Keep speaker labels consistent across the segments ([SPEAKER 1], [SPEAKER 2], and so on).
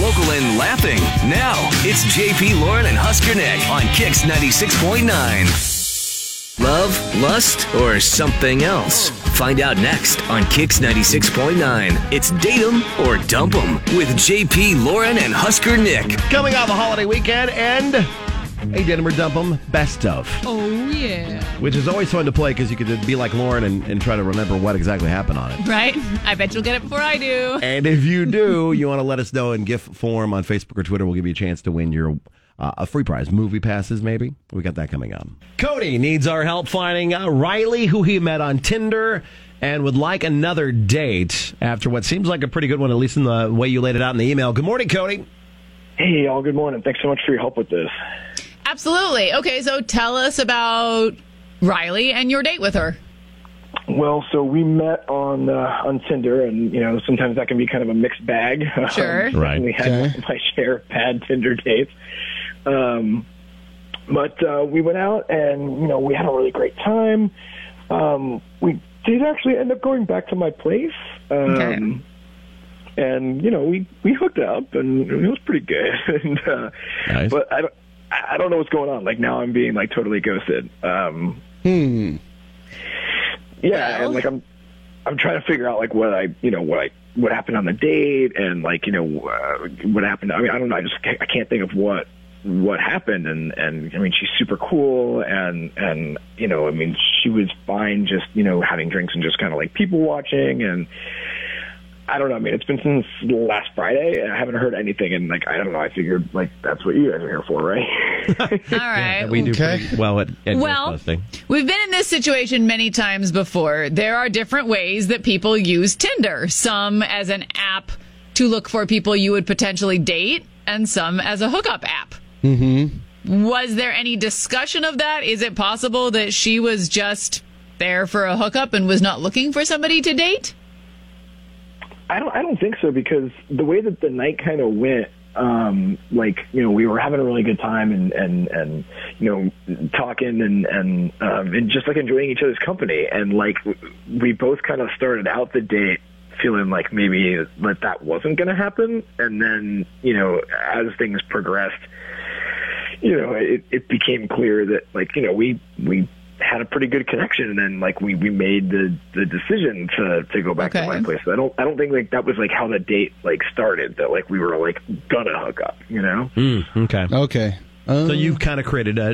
[SPEAKER 1] local and laughing. Now, it's JP Lauren and Husker Nick on Kix 96.9. Love, lust, or something else? Find out next on Kix 96.9. It's Date 'em or Dump 'em with JP Lauren and Husker Nick.
[SPEAKER 2] Coming off a holiday weekend and a Denver Dump 'em Best of,
[SPEAKER 3] Oh yeah.
[SPEAKER 2] which is always fun to play because you could be like Lauren and, and try to remember what exactly happened on it.
[SPEAKER 3] Right? I bet you'll get it before I do.
[SPEAKER 2] And if you do, you want to let us know in GIF form on Facebook or Twitter, we'll give you a chance to win your. Uh, a free prize, movie passes, maybe. We got that coming up. Cody needs our help finding uh, Riley, who he met on Tinder, and would like another date after what seems like a pretty good one, at least in the way you laid it out in the email. Good morning, Cody.
[SPEAKER 4] Hey, y'all. Good morning. Thanks so much for your help with this.
[SPEAKER 3] Absolutely. Okay, so tell us about Riley and your date with her.
[SPEAKER 4] Well, so we met on uh, on Tinder, and you know sometimes that can be kind of a mixed bag. Um,
[SPEAKER 3] Sure.
[SPEAKER 2] Right.
[SPEAKER 4] We had my share of bad Tinder dates, um, but uh, we went out and you know we had a really great time. Um, we did actually end up going back to my place. Um,
[SPEAKER 3] Okay.
[SPEAKER 4] and you know we we hooked up and it was pretty good and uh
[SPEAKER 2] Nice.
[SPEAKER 4] but i don't i I don't know what's going on like now i'm being like totally ghosted um hmm yeah
[SPEAKER 3] Well.
[SPEAKER 4] and like i'm i'm trying to figure out like what i you know what i what happened on the date and like you know uh, what happened i mean i don't know i just ca- i can't think of what what happened and and i mean she's super cool and and you know i mean she was fine just you know having drinks and just kind of like people watching and I don't know. I mean, it's been since last Friday, and I haven't heard anything. And like, I don't know. I figured like that's what you guys are here for, right?
[SPEAKER 3] All right.
[SPEAKER 2] We do
[SPEAKER 5] Okay.
[SPEAKER 2] pretty well at, at
[SPEAKER 3] Well-
[SPEAKER 2] posting.
[SPEAKER 3] We've been in this situation many times before. There are different ways that people use Tinder. Some as an app to look for people you would potentially date, and some as a hookup app. Mm-hmm. Was there any discussion of that? Is it possible that she was just there for a hookup and was not looking for somebody to date?
[SPEAKER 4] I don't. I don't think so because the way that the night kind of went, um, like you know, we were having a really good time and and and you know, talking and and um, and just like enjoying each other's company. And like w- we both kind of started out the date feeling like maybe that that wasn't going to happen, and then you know, as things progressed, you know, it, it became clear that like, you know, we, we had a pretty good connection and then like we, we made the, the decision to, to go back
[SPEAKER 3] Okay.
[SPEAKER 4] to my place. I don't, I don't think like that was like how the date like started that like we were like gonna hook up, you know?
[SPEAKER 3] Hmm.
[SPEAKER 2] Hmm, Okay.
[SPEAKER 5] Okay. Uh,
[SPEAKER 2] So you've kind of created a,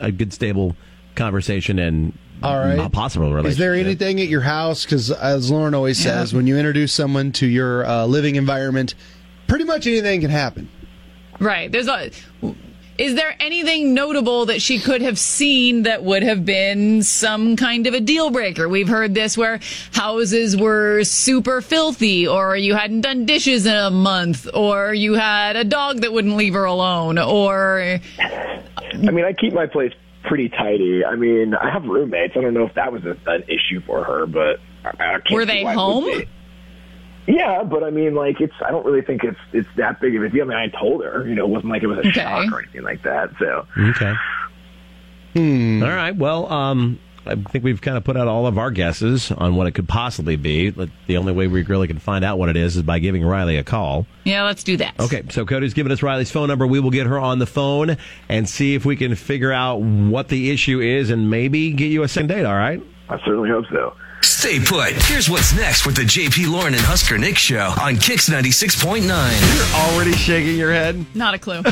[SPEAKER 2] a, a good, stable conversation and
[SPEAKER 5] all right.
[SPEAKER 2] a possible relationship.
[SPEAKER 5] Is there anything at your house? Because as Lauren always says, when you introduce someone to your uh, living environment, pretty much anything can happen.
[SPEAKER 3] Right. There's a. Is there anything notable that she could have seen that would have been some kind of a deal breaker? We've heard this where houses were super filthy, or you hadn't done dishes in a month, or you had a dog that wouldn't leave her alone, or
[SPEAKER 4] I mean, I keep my place pretty tidy. I mean, I have roommates. I don't know if that was a, an issue for her, but I, I can't
[SPEAKER 3] Were
[SPEAKER 4] see
[SPEAKER 3] they
[SPEAKER 4] why it would
[SPEAKER 3] home?
[SPEAKER 4] be. Yeah, but I mean, like it's. I don't really think it's it's that big of a deal. I mean, I told her, you know, it wasn't like it was a shock or anything like that. So
[SPEAKER 2] Okay.
[SPEAKER 5] Hmm.
[SPEAKER 2] All right. Well, um, I think we've kind of put out all of our guesses on what it could possibly be. But The only way we really can find out what it is is by giving Riley a call.
[SPEAKER 3] yeah, let's do that.
[SPEAKER 2] Okay. So Cody's given us Riley's phone number. We will get her on the phone and see if we can figure out what the issue is and maybe get you a second date. All right.
[SPEAKER 4] I certainly hope so.
[SPEAKER 1] Stay put. Here's what's next with the JP Lauren and Husker Nick show on Kix 96.9.
[SPEAKER 2] You're already shaking your head.
[SPEAKER 3] Not a clue.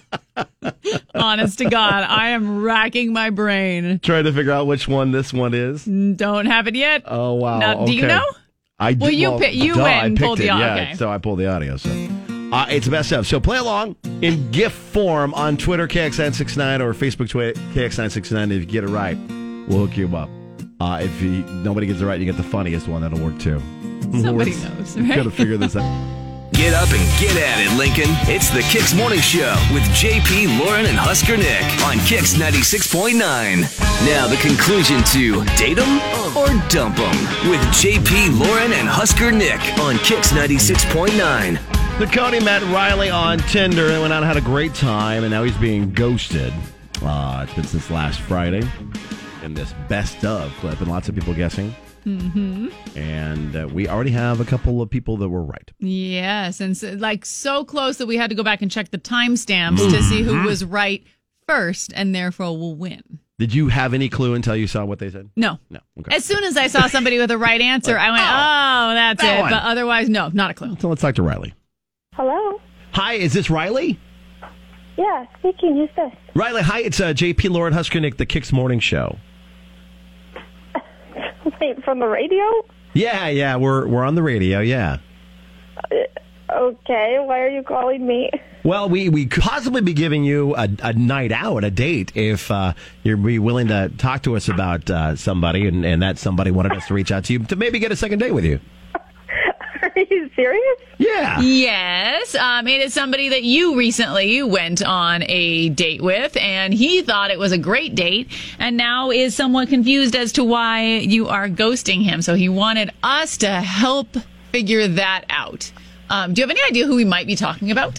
[SPEAKER 3] Honest to God, I am racking my brain.
[SPEAKER 2] Trying to figure out which one this one is.
[SPEAKER 3] Don't have it yet.
[SPEAKER 2] Oh wow!
[SPEAKER 3] Now, do you know?
[SPEAKER 2] I do,
[SPEAKER 3] Well, you pi- you
[SPEAKER 2] duh,
[SPEAKER 3] went
[SPEAKER 2] I
[SPEAKER 3] and
[SPEAKER 2] picked
[SPEAKER 3] pulled
[SPEAKER 2] it,
[SPEAKER 3] the au-
[SPEAKER 2] yeah.
[SPEAKER 3] okay.
[SPEAKER 2] So I pulled the audio. So uh, it's best of. So play along in GIF form on Twitter KX969 or Facebook Twitter KX969. If you get it right, we'll hook you up. Uh, if you, nobody gets it right, you get the funniest one. That'll work too.
[SPEAKER 3] Somebody
[SPEAKER 2] We're-
[SPEAKER 3] knows,
[SPEAKER 2] Mm-hmm. we've Gotta
[SPEAKER 3] right?
[SPEAKER 2] figure this out.
[SPEAKER 1] Get up and get at it, Lincoln. It's the Kix Morning Show with JP, Lauren, and Husker Nick on Kix 96.9. Now, the conclusion to Date 'em or Dump 'em with JP, Lauren, and Husker Nick on Kix 96.9.
[SPEAKER 2] So Cody met Riley on Tinder and went out and had a great time, and now he's being ghosted. Uh, it's been since last Friday. And this best of clip, and lots of people guessing And uh, we already have a couple of people that were right.
[SPEAKER 3] Yes, and so, like so close that we had to go back and check the timestamps to see
[SPEAKER 2] Mm-hmm.
[SPEAKER 3] who was right first, and therefore will win.
[SPEAKER 2] Did you have any clue until you saw what they said?
[SPEAKER 3] No.
[SPEAKER 2] No. Okay.
[SPEAKER 3] As soon as I saw somebody with a right answer, I went, "Oh, that's
[SPEAKER 2] that
[SPEAKER 3] it."
[SPEAKER 2] one.
[SPEAKER 3] But otherwise, no, not a clue.
[SPEAKER 2] so let's talk to Riley.
[SPEAKER 6] Hello.
[SPEAKER 2] Hi, is this Riley?
[SPEAKER 6] Yeah, speaking. Who's this?
[SPEAKER 2] Riley, hi. It's uh, JP Lauren Huskernick, the Kicks Morning Show.
[SPEAKER 6] Wait, from the radio?
[SPEAKER 2] Yeah, yeah, we're we're on the radio. Yeah.
[SPEAKER 6] Okay, why are you calling me?
[SPEAKER 2] Well, we, we could possibly be giving you a, a night out, a date, if uh, you're be willing to talk to us about uh, somebody, and, and that somebody wanted us to reach out to you to maybe get a second date with you.
[SPEAKER 6] Are you serious?
[SPEAKER 2] Yeah.
[SPEAKER 3] Yes, um, it is somebody that you recently went on a date with, and he thought it was a great date, and now is somewhat confused as to why you are ghosting him. So he wanted us to help figure that out. Um, do you have any idea who we might be talking about?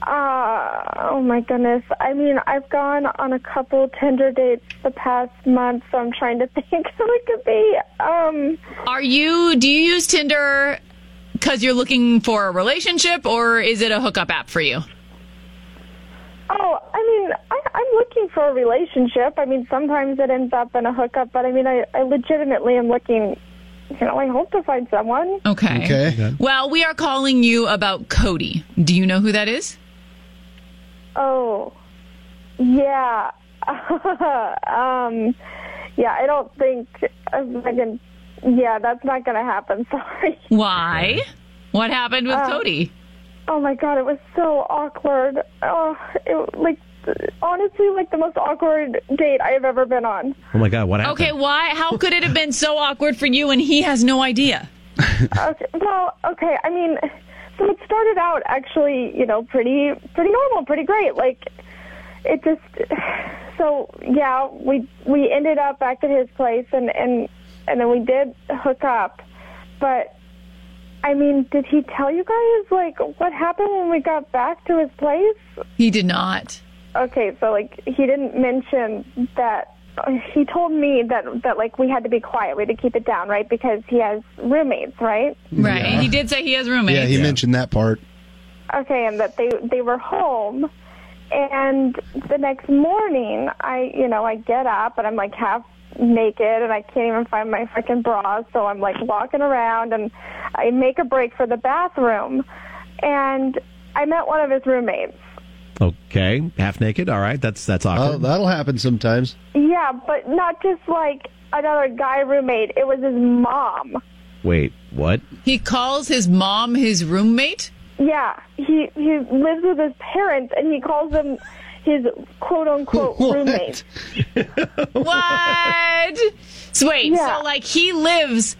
[SPEAKER 6] Uh, oh my goodness. I mean, I've gone on a couple Tinder dates the past month, so I'm trying to think who it could be. Um,
[SPEAKER 3] Are you? Do you use Tinder because you're looking for a relationship, or is it a hookup app for you?
[SPEAKER 6] oh, I mean, I, I'm looking for a relationship. I mean, sometimes it ends up in a hookup, but I mean, I, I legitimately am looking, you know, I hope to find someone.
[SPEAKER 3] Okay.
[SPEAKER 5] Okay.
[SPEAKER 3] Well, we are calling you about Cody. Do you know who that is?
[SPEAKER 6] Oh, yeah. um, yeah, I don't think I can. Yeah, that's not gonna happen. Sorry.
[SPEAKER 3] Why? What happened with Cody?
[SPEAKER 6] Oh my god, it was so awkward. Oh, it like honestly, like the most awkward date I have ever been on.
[SPEAKER 2] Oh my God, what happened?
[SPEAKER 3] Okay, why? How could it have been so awkward for you and he has no idea?
[SPEAKER 6] Okay, well, okay. I mean, so it started out actually, you know, pretty pretty normal, pretty great. Like it just so yeah, we we ended up back at his place and and and then we did hook up. But I mean, did he tell you guys like what happened when we got back to his place?
[SPEAKER 3] He did not.
[SPEAKER 6] Okay, so like he didn't mention that he told me that that like we had to be quiet. We had to keep it down, right? Because he has roommates, right?
[SPEAKER 3] Right. He did say he has roommates.
[SPEAKER 5] Yeah, he mentioned that part.
[SPEAKER 6] okay and that they they were home and the next morning i you know i get up and i'm like half naked and i can't even find my freaking bra so i'm like walking around and i make a break for the bathroom and i met one of his roommates
[SPEAKER 2] Okay, half naked. All right, that's that's
[SPEAKER 5] Oh,
[SPEAKER 2] awkward.
[SPEAKER 5] that'll happen sometimes.
[SPEAKER 6] yeah but not just like another guy roommate it was his mom
[SPEAKER 2] Wait, what?
[SPEAKER 3] He calls his mom his roommate?
[SPEAKER 6] yeah he he lives with his parents and he calls them his quote unquote
[SPEAKER 5] What?
[SPEAKER 6] roommates
[SPEAKER 3] What? So wait,
[SPEAKER 6] Yeah.
[SPEAKER 3] so like he lives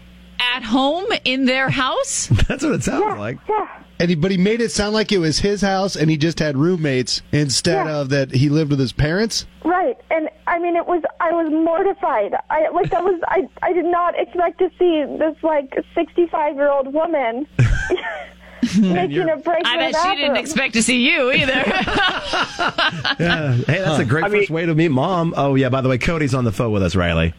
[SPEAKER 3] at home in their house?
[SPEAKER 2] That's what it sounds like. Uh,
[SPEAKER 6] yeah
[SPEAKER 5] And he, but he made it sound like it was his house and he just had roommates instead
[SPEAKER 6] Yeah.
[SPEAKER 5] of that he lived with his parents.
[SPEAKER 6] Right, and I mean, it was I was mortified. I like that was I I did not expect to see this like sixty five year old woman making a break
[SPEAKER 3] I
[SPEAKER 6] for the
[SPEAKER 3] bet she didn't
[SPEAKER 6] bathroom.
[SPEAKER 3] expect to see you either.
[SPEAKER 2] Hey, that's a great first way to meet mom. Oh yeah, by the way, Cody's on the phone with us, Riley.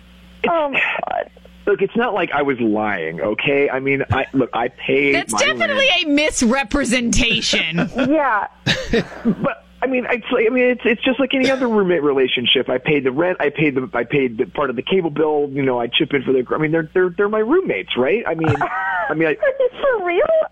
[SPEAKER 6] Oh my god!
[SPEAKER 4] Look, it's not like I was lying, okay? I mean, I look, I paid.
[SPEAKER 3] That's
[SPEAKER 4] my
[SPEAKER 3] definitely
[SPEAKER 4] rent,
[SPEAKER 3] a misrepresentation.
[SPEAKER 6] Yeah,
[SPEAKER 4] but I mean, it's like, I mean, it's it's just like any other roommate relationship. I paid the rent, I paid the I paid the part of the cable bill. You know, I chip in for their. I mean, they're they're they're my roommates, right? I mean, I mean, I,
[SPEAKER 6] are you for real?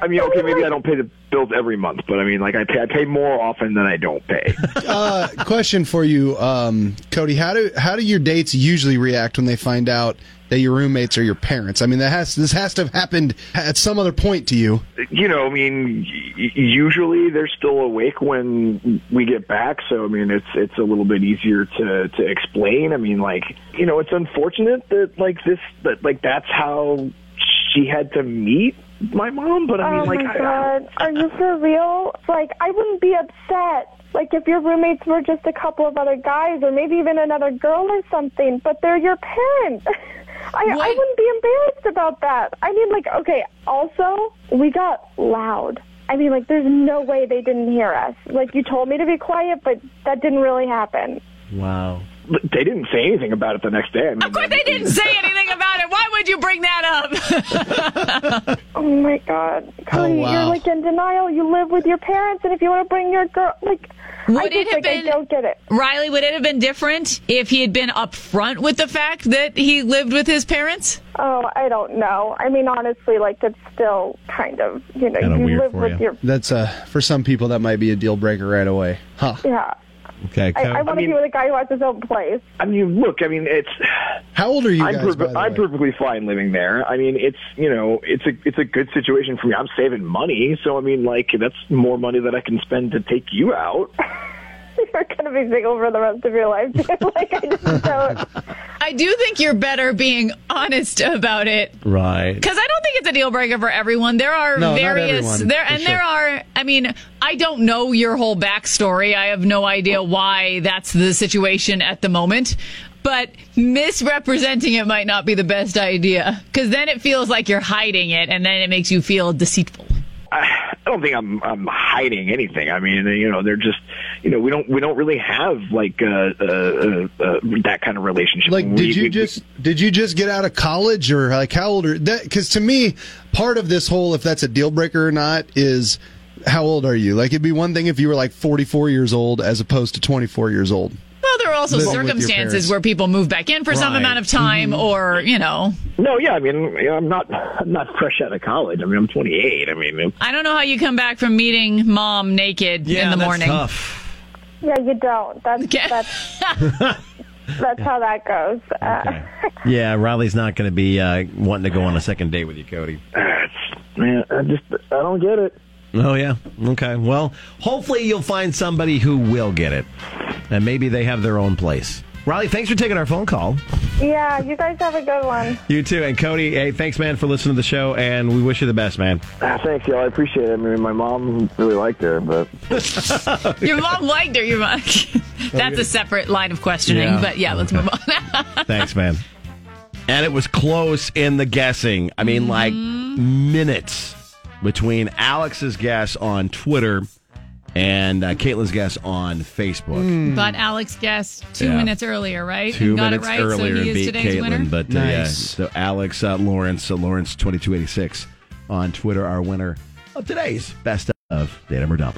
[SPEAKER 4] I mean, okay, maybe I don't pay the bills every month, but I mean, like I pay I pay more often than I don't pay.
[SPEAKER 5] Uh, question for you, um, Cody. How do how do your dates usually react when they find out that your roommates are your parents? I mean, that has this has to have happened at some other point to you.
[SPEAKER 4] you know, I mean, y- usually they're still awake when we get back, so I mean, it's it's a little bit easier to to explain. I mean, like, you know, it's unfortunate that like this that like that's how she had to meet my mom, but I mean,
[SPEAKER 6] Oh
[SPEAKER 4] like,
[SPEAKER 6] my
[SPEAKER 4] I,
[SPEAKER 6] god! Are you for real? Like, I wouldn't be upset. Like, if your roommates were just a couple of other guys, or maybe even another girl or something, but they're your parents. I, I
[SPEAKER 3] What?
[SPEAKER 6] wouldn't be embarrassed about that. I mean, like, okay. Also, we got loud. I mean, like, there's no way they didn't hear us. Like, you told me to be quiet, but that didn't really happen.
[SPEAKER 2] Wow.
[SPEAKER 4] they didn't say anything about it the next day. I mean,
[SPEAKER 3] Of course, they didn't say anything about it. Why would you bring that up?
[SPEAKER 6] Oh my God, Cody, you're
[SPEAKER 5] wow.
[SPEAKER 6] like in denial. You live with your parents, and if you want to bring your girl, like,
[SPEAKER 3] Would
[SPEAKER 6] I
[SPEAKER 3] it
[SPEAKER 6] just,
[SPEAKER 3] have
[SPEAKER 6] like,
[SPEAKER 3] been-
[SPEAKER 6] I don't get it.
[SPEAKER 3] Riley, would it have been different if he had been upfront with the fact that he lived with his parents?
[SPEAKER 6] Oh, I don't know. I mean, honestly, like that's still kind of you know
[SPEAKER 2] Kinda
[SPEAKER 6] you
[SPEAKER 2] weird
[SPEAKER 6] live
[SPEAKER 2] for
[SPEAKER 6] with
[SPEAKER 2] you.
[SPEAKER 6] your
[SPEAKER 5] That's uh for some people that might be a deal breaker right away. Huh.
[SPEAKER 6] yeah.
[SPEAKER 2] Okay.
[SPEAKER 6] I,
[SPEAKER 2] Cody.
[SPEAKER 6] I want to
[SPEAKER 4] mean-
[SPEAKER 6] be with a guy who has his own place.
[SPEAKER 4] I mean, look, I mean, it's
[SPEAKER 5] How old are you
[SPEAKER 4] I'm
[SPEAKER 5] guys?
[SPEAKER 4] per-
[SPEAKER 5] by the
[SPEAKER 4] I'm
[SPEAKER 5] way?
[SPEAKER 4] perfectly fine living there. I mean, it's you know, it's a it's a good situation for me. I'm saving money, so I mean, like that's more money that I can spend to take you out.
[SPEAKER 6] You're gonna be single for the rest of your life. dude. like I just don't.
[SPEAKER 3] I do think you're better being honest about it
[SPEAKER 2] right.
[SPEAKER 3] because I don't think it's a deal breaker for everyone. There are
[SPEAKER 5] No, not
[SPEAKER 3] various
[SPEAKER 5] everyone,
[SPEAKER 3] there,
[SPEAKER 5] for
[SPEAKER 3] and
[SPEAKER 5] sure.
[SPEAKER 3] there are. I mean, I don't know your whole backstory. I have no idea why that's the situation at the moment. But misrepresenting it might not be the best idea because then it feels like you're hiding it, and then it makes you feel deceitful.
[SPEAKER 4] I, I don't think I'm I'm hiding anything. I mean, you know, they're just you know, we don't we don't really have like uh, uh, uh, uh, that kind of relationship.
[SPEAKER 5] Like,
[SPEAKER 4] We-
[SPEAKER 5] did you
[SPEAKER 4] we-
[SPEAKER 5] just did you just get out of college, or like how old are that? Because to me, part of this whole if that's a deal breaker or not is how old are you? Like, it'd be one thing if you were like 44 years old as opposed to 24 years old.
[SPEAKER 3] Well, there are also
[SPEAKER 5] Living with your
[SPEAKER 3] circumstances
[SPEAKER 5] parents.
[SPEAKER 3] where people move back in for some
[SPEAKER 5] Right.
[SPEAKER 3] amount of time,
[SPEAKER 2] Mm-hmm.
[SPEAKER 3] or you know,
[SPEAKER 4] No, yeah, I mean, you know, I'm not I'm not fresh out of college. I mean, I'm 28. I mean,
[SPEAKER 3] I don't know how you come back from meeting mom naked in the morning.
[SPEAKER 2] Tough.
[SPEAKER 6] Yeah, you don't. That's
[SPEAKER 3] Okay.
[SPEAKER 6] that's that's how that goes. Uh,
[SPEAKER 2] Okay. yeah, Riley's not going to be uh, wanting to go on a second date with you, Cody.
[SPEAKER 4] it's, man, I just I don't get it.
[SPEAKER 2] Oh yeah. Okay. Well, hopefully you'll find somebody who will get it, and maybe they have their own place. Riley, thanks for taking our phone call.
[SPEAKER 6] Yeah, you guys have a good one.
[SPEAKER 2] You too, and Cody. Hey, thanks, man, for listening to the show, and we wish you the best, man.
[SPEAKER 4] Ah, Thanks, y'all. I appreciate it. I mean, my mom really liked her, but
[SPEAKER 3] Your mom liked her. Your mom. That's a separate line of questioning,
[SPEAKER 2] Yeah.
[SPEAKER 3] but yeah, let's move on.
[SPEAKER 2] Thanks, man. And it was close in the guessing. I mean, like Mm-hmm. minutes between Alex's guess on Twitter and uh, Caitlin's guess on Facebook.
[SPEAKER 3] but Alex guessed two
[SPEAKER 2] Hmm. Yeah.
[SPEAKER 3] minutes earlier, right?
[SPEAKER 2] Two
[SPEAKER 3] and got
[SPEAKER 2] minutes
[SPEAKER 3] it right,
[SPEAKER 2] earlier
[SPEAKER 3] so
[SPEAKER 2] and
[SPEAKER 3] he is
[SPEAKER 2] beat
[SPEAKER 3] today's
[SPEAKER 2] Caitlin.
[SPEAKER 3] winner.
[SPEAKER 2] But uh, yeah,
[SPEAKER 5] Nice.
[SPEAKER 2] so Alex uh, Lawrence, uh, Lawrence2286 on Twitter, our winner of today's best of Datum or Dump.